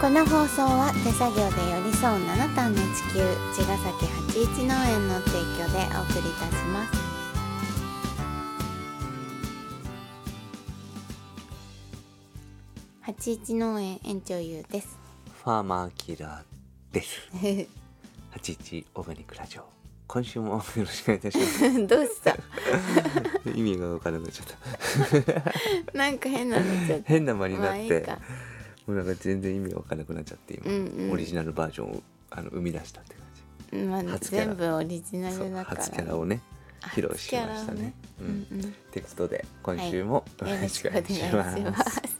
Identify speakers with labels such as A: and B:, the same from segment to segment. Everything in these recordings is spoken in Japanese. A: この放送は手作業で寄り添う七段の地球茅ヶ崎八一農園の提供でお送りいたします八一農園園長ゆうです
B: ファーマーキラーです。八一オーガニックラジオ。今週もよろしくお願いいたします。
A: どうした
B: 意味がわからなくなっちゃった。
A: なんか変なのちょっと
B: 変な間にな
A: ま
B: っ
A: あいい
B: て、
A: か
B: もうなんか全然意味がわからなくなっちゃって今、
A: うんうん
B: オリジナルバージョンをあの生み出したって感じ。
A: まあ、
B: 初キャラ
A: 全部オリジナ
B: そう
A: ルだから
B: 初キャラをね披露しまし
A: 初キャラ
B: たね。う
A: を
B: ん。
A: うんうん
B: テクストで今週も
A: よ
B: よ
A: ろ
B: ろ
A: し
B: し
A: くお
B: くお
A: 願
B: 願
A: いし
B: いし
A: ま
B: ますす。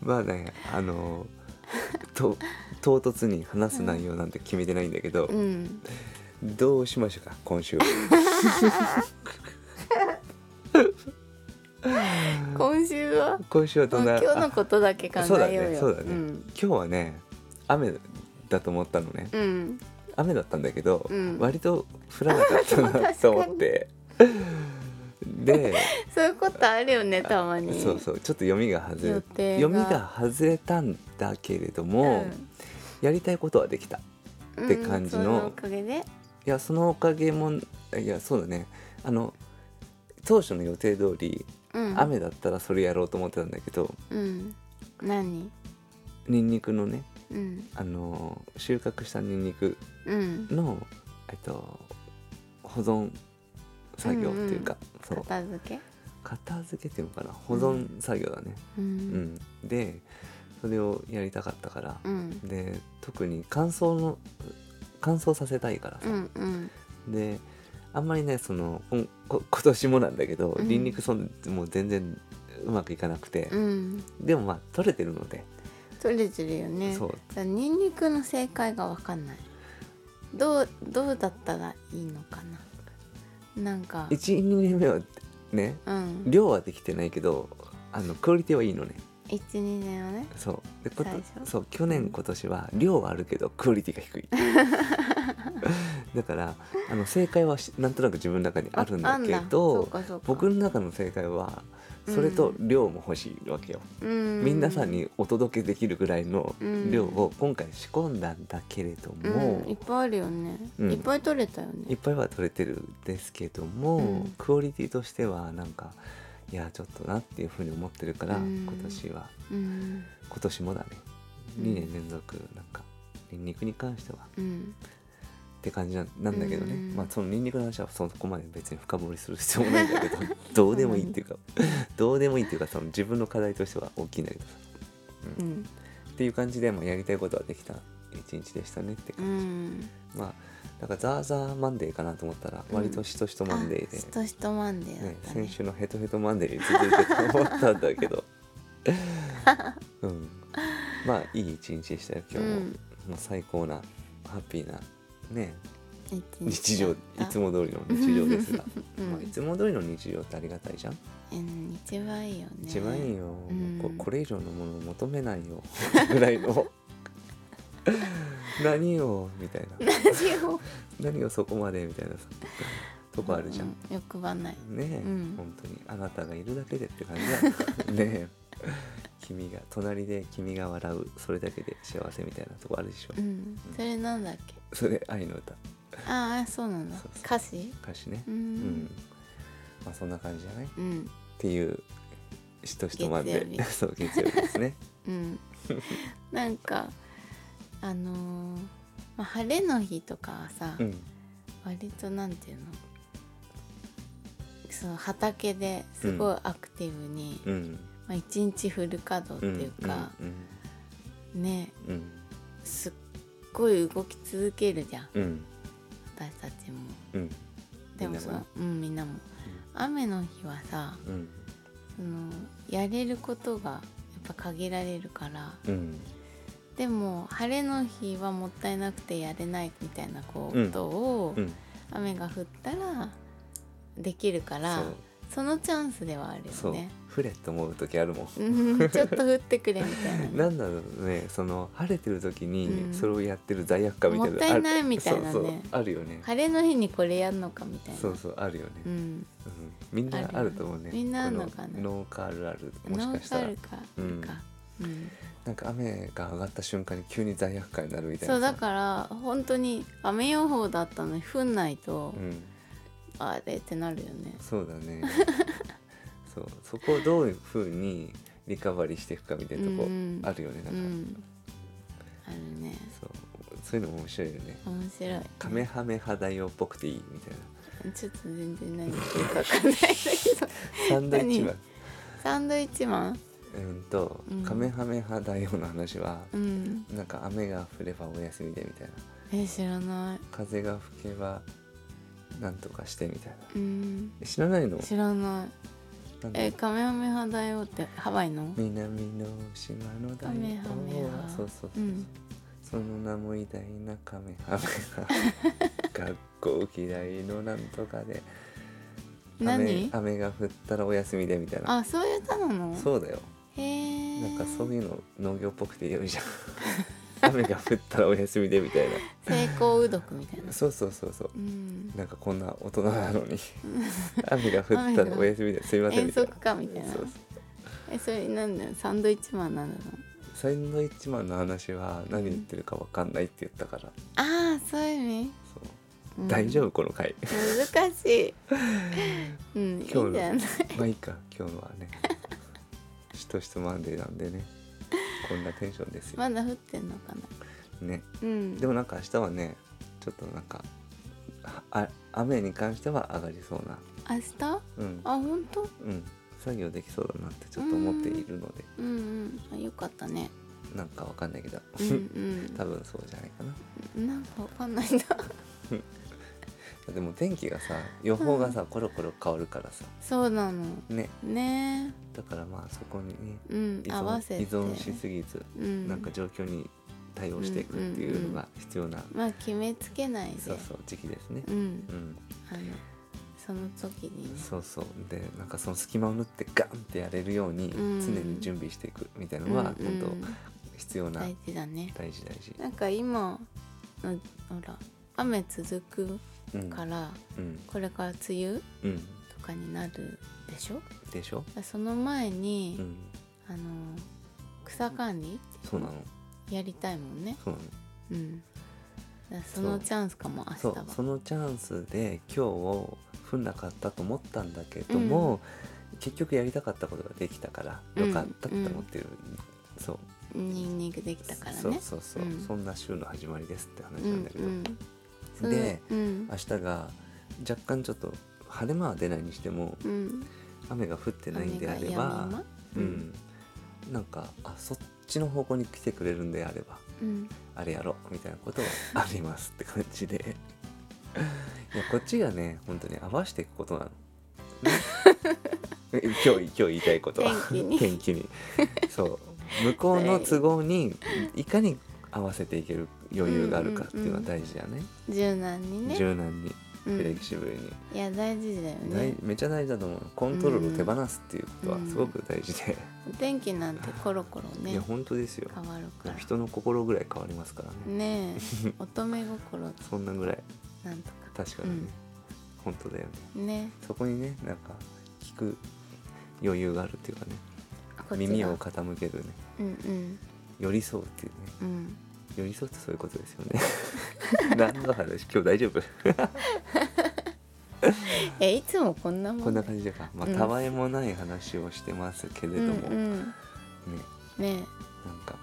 B: まあねあのと唐突に話す内容なんて決めてないんだけど、
A: うん
B: どうしましょうか 今週。
A: 今週は
B: 今週はどんな
A: 今日の
B: あ
A: ことだけ考
B: そうだ
A: えよう
B: ね
A: よ
B: そうだね、
A: ん
B: 今日はね雨だと思ったのね
A: うん
B: 雨だったんだけど、
A: うん
B: 割と降らなかったなと 思ってで
A: そういうことあるよねたまに
B: そうそうちょっと読みが外れ
A: 予定が
B: 読みが外れたんだけれど
A: う
B: も、
A: ん
B: やりたいことはできたい
A: うん
B: って感じ
A: そ
B: の
A: のおかげで
B: やそのおかげもいやそうだねあの当初の予定通り、
A: うん
B: 雨だったらそれやろうと思ってたんだけど
A: うん何
B: ニンニクのね
A: うん
B: あの収穫したニンニク
A: うん
B: の、えっと、保存作業っていうか、そう
A: 片付け
B: 片付けっていうのかな保存作業だね、
A: う
B: うん
A: ん
B: でそれをやりたかったから、
A: うん
B: で特に乾燥の乾燥させたいから
A: う
B: さ、
A: んうん
B: であんまりねそのこんこ今年もなんだけど
A: うん
B: ニンニクそんもう全然うまくいかなくて
A: う、ん
B: でもまあ取れてるので、
A: 取れてるよね
B: そう
A: だニンニクの正解がわかんないどうどうだったらいいのかななんか
B: 12年目はね
A: うん
B: 量はできてないけどあのクオリティはいいのね
A: 12年はね
B: そうでこと
A: 最初
B: そう去年今年は量はあるけどクオリティが 低いだからあの正解はしなんとなく自分の中にあるんだけ
A: そう
B: ど
A: かそうか
B: 僕の中の正解はそれと量も欲しいわけよ、
A: うん
B: 皆さんにお届けできるぐらいの量を今回仕込んだんだけれども、
A: うん、いっぱいあるよね、
B: うん
A: いっぱい取れたよ
B: い
A: ね
B: っぱいは取れてるんですけども、
A: うん
B: クオリティとしてはなんかいやちょっとなっていうふうに思ってるから、
A: うん
B: 今年は
A: うん
B: 今年もだね
A: うん
B: 2年連続なんかニンニクに関してはっ
A: うん
B: て感じななんだけどね、
A: うん
B: まあそのニンニクの話はそこまで別に深掘りする必要もないんだ けどどうでもいいっていうかどうでもいいっていうかその自分の課題としては大きいんだけどさ
A: うん
B: っていう感じで、まあ、やりたいことはできた一日でしたねって
A: う
B: 感じ、
A: ん
B: まあなんかザーザーマンデーかなと思ったら割としとしとマンデ
A: あ
B: ーで
A: し、としとマンデーだ
B: ね
A: ったね
B: 先週のヘトヘトマンデーに続いてと思ったんだけ どうんまあいい一日でしたよ今日も、
A: うん
B: もう最高なハッピーなね
A: 一日
B: 日常い
A: だった
B: つも通りの日常ですが、
A: うん
B: まあ、いつも通りの日常ってありがたいじゃん、
A: うん一番いいよね
B: 一番いいよ、
A: うん
B: ここれ以上のものを求めないよぐらい の何をみたいな
A: 何を
B: 何をそこまでみたいなさとこあるじゃん、
A: う欲張んない
B: ねえ、
A: うん
B: 本当にあなたがいるだけでって感じ だねえ君が隣で君が笑うそれだけで幸せみたいなとこあるでしょ、
A: うんそれなんだっけ
B: それ愛の歌
A: ああそうなんだ
B: そうそう
A: 歌詞
B: 歌詞ね
A: う
B: うんまあそんな感じじゃないっ
A: うん
B: ていうしとしとまで
A: 月曜日
B: そう月曜日で すね
A: うんなんかあのーまあ晴れの日とかはさ
B: うん
A: 割となんていうのその畑ですごいアクティブに、
B: うん
A: まあ、一日フル稼働っていうか、
B: うん
A: ね
B: うん
A: すっごい動き続けるじゃん
B: うん
A: 私たちも
B: うん
A: でもそ
B: みんなも
A: のうんみんなも雨の日はさ
B: うん
A: そのやれることがやっぱ限られるから
B: うん
A: でも晴れの日はもったいなくてやれないみたいなことを、
B: うん
A: 雨が降ったらできるから
B: そ
A: そうのチャンスではある
B: そ
A: よ
B: う
A: ね。
B: フレって思う時あるもん
A: うんちょっと降ってくれみたいな
B: なんだろうねその晴れてる時
A: うん
B: にそれをやってる罪悪感みたいな、
A: もったいないみたいなね
B: あるそうそうあるよね、
A: 晴れの日にこれやんのかみたいな
B: そうそうあるよね、
A: う
B: うん
A: ん
B: みんなあると思う
A: あるよね
B: ね
A: みんなあるのかな
B: こ農家あるあるもし
A: ノ
B: か
A: ー
B: した
A: カ
B: ら
A: ルかあ
B: う
A: る
B: ん
A: かうん、
B: なんか雨が上がった瞬間に急に罪悪感になるみたいな
A: そう
B: さ
A: だから本当に雨予報だったのに降んないと、
B: うん
A: あれってなるよね
B: そうだ ねそうそこをどういうふうにリカバリーしていくかみたいなとこ
A: うんうん
B: あるよねな
A: うん
B: か、
A: んあるね
B: そうそういうのも面白いよね
A: 面白い
B: カメハメ派大王っぽくていいみたいな
A: ちょっと全然何言ってるか分かんないんだ けど
B: サンドイッチマン
A: サンドイッチマン
B: うんと、
A: うん
B: カメハメ派大王の話は、
A: うん
B: なんか雨が降ればお休みでみたいな
A: え知らない
B: 風が吹けばなんとかしてみたいな
A: うん
B: え知らないの
A: 知らない
B: なんだ
A: えカメハメハ大王ってハワイの
B: 南の島の大
A: カメハメ
B: 王は
A: ハ
B: そうそうそうう、
A: ん
B: その名も偉大なカメ ハメハ学校嫌いのなんとかで雨
A: 何
B: 雨が降ったらお休みでみたいな
A: あそういう歌なの
B: そうだよ
A: へえ
B: なんかそういうの農業っぽくて良いじゃん 雨が降ったらお休みでみたい
A: 成功うどくみたいな
B: なそうそうそうそう
A: うん
B: なんかこんな大人なのに雨が降ったらお休みですいませんみ
A: 遠
B: たいな
A: 足かみたいな
B: そうそう
A: えそれなんだよサンドイッチマンなんだろう
B: サンドイッチマンの話は何言ってるかわかんないって言ったから、
A: ああそういう意味、
B: そう
A: うん
B: 大丈夫この回
A: 難し いうんいいんじ
B: 今日
A: ゃない
B: のまあいいか今日のはねしとしとマンデーなんでねこんなテンションですよ、
A: まだ降ってんのかな
B: ね
A: うん
B: でもなんか明日はねちょっとなんかあ雨に関しては上がりそうな
A: 明日あ
B: うん
A: 本当
B: うん作業できそうだなってちょっと思っているので
A: うんうんあよかったね
B: なんかわかんないけど、
A: うん
B: 多分そうじゃないかな
A: うんなんかわかんない んだ
B: でも天気がさ予報がさ、コロコロ変わるからさ
A: そうなの
B: ね
A: ね
B: だからまあそこにね
A: えうん
B: 依
A: 合わ
B: 存
A: せて
B: 依存しすぎず、
A: うん
B: なんか状況に対応していくっていうのが必要な、
A: まあ決めつけないで
B: そうそう時期ですね、
A: うん
B: うん、
A: あのその時にね
B: そうそうでなんかその隙間を縫ってガンってやれるように常
A: ん
B: に準備していくみたいなのは
A: うんうん
B: 本当必要な
A: 大事だね
B: 大事大事、
A: なんか今のほら雨続
B: うん
A: くから、
B: うん
A: これから梅雨
B: うん
A: とかになるでしょだか
B: でしょ、
A: らその前に、
B: うん、
A: あの草管理
B: そうなの
A: やりたいもんね
B: そうな
A: うんだからそのチャンスかも明
B: の
A: 日
B: そ
A: は
B: うそのチャンスで今日を踏んなかったと思ったんだけども、結局やりたかったことができたからよかったって思ってる、そう
A: ニンニクできたからね
B: そうそうそう、
A: うん
B: そんな週の始まりですって話
A: う
B: なん
A: ん
B: だけど、
A: うんその
B: で
A: うん
B: 明日が若干ちょっと晴れ間は出ないにしても
A: うん
B: 雨が降ってないんであれ
A: 雨がや
B: ば
A: み、ま
B: う
A: うんん、
B: なんかあそっちの方向に来てくれるんであれば
A: うん
B: あれやろうみたいなことはありますって感 じでいやこっちがね本当に合わせていくこと なの。ね今日今日言いたいことは
A: 天気に
B: 天気にそう向こうの都合にいかに合わせていける余裕があるかっていうのは大事だね、
A: 柔軟にね、
B: 柔軟に
A: うん
B: フレキシブルに、
A: いや大事だよね
B: 大めちゃ大事だと思うコントロールを手放すっていうことは
A: うん
B: すごく大事で、
A: お天気なんてコロコロ
B: い
A: ね
B: や本当ですよ
A: 変わるから
B: 人の心ぐらい変わりますからね
A: ねえ乙女心
B: そんなぐらい
A: なんとか
B: 確かにね、
A: うん
B: 本当だよね
A: ね
B: そこにねなんか聞く余裕があるっていうかね
A: こっちが
B: 耳を傾けるね
A: うん
B: 寄り添うっていうね
A: うんうん
B: 寄り添うってそういうことですよね 何の話今日大丈夫
A: えいつもこんなもん
B: こんな感じでか、まあ、
A: うん
B: たわいもない話をしてますけれど
A: うん
B: も、
A: う
B: ね
A: んね
B: なんか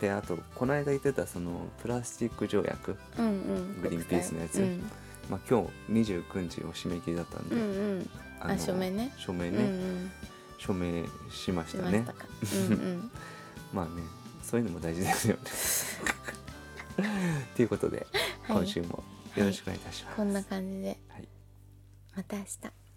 B: であとこの間言ってたそのプラスチック条約、
A: えうんうん
B: グリーンピースのやつ
A: 国際
B: まあ、今日29日を締め切りだったんで、
A: うんうんうん
B: の
A: あ署名ね
B: 署名
A: う
B: ね、
A: んうん
B: 署名しまし
A: したま
B: ね
A: したかうんうん
B: まあねそういうのも大事ですよ ねということで
A: はい
B: 今週もよろしくお願いいたします、
A: こんな感じで
B: はい
A: また明日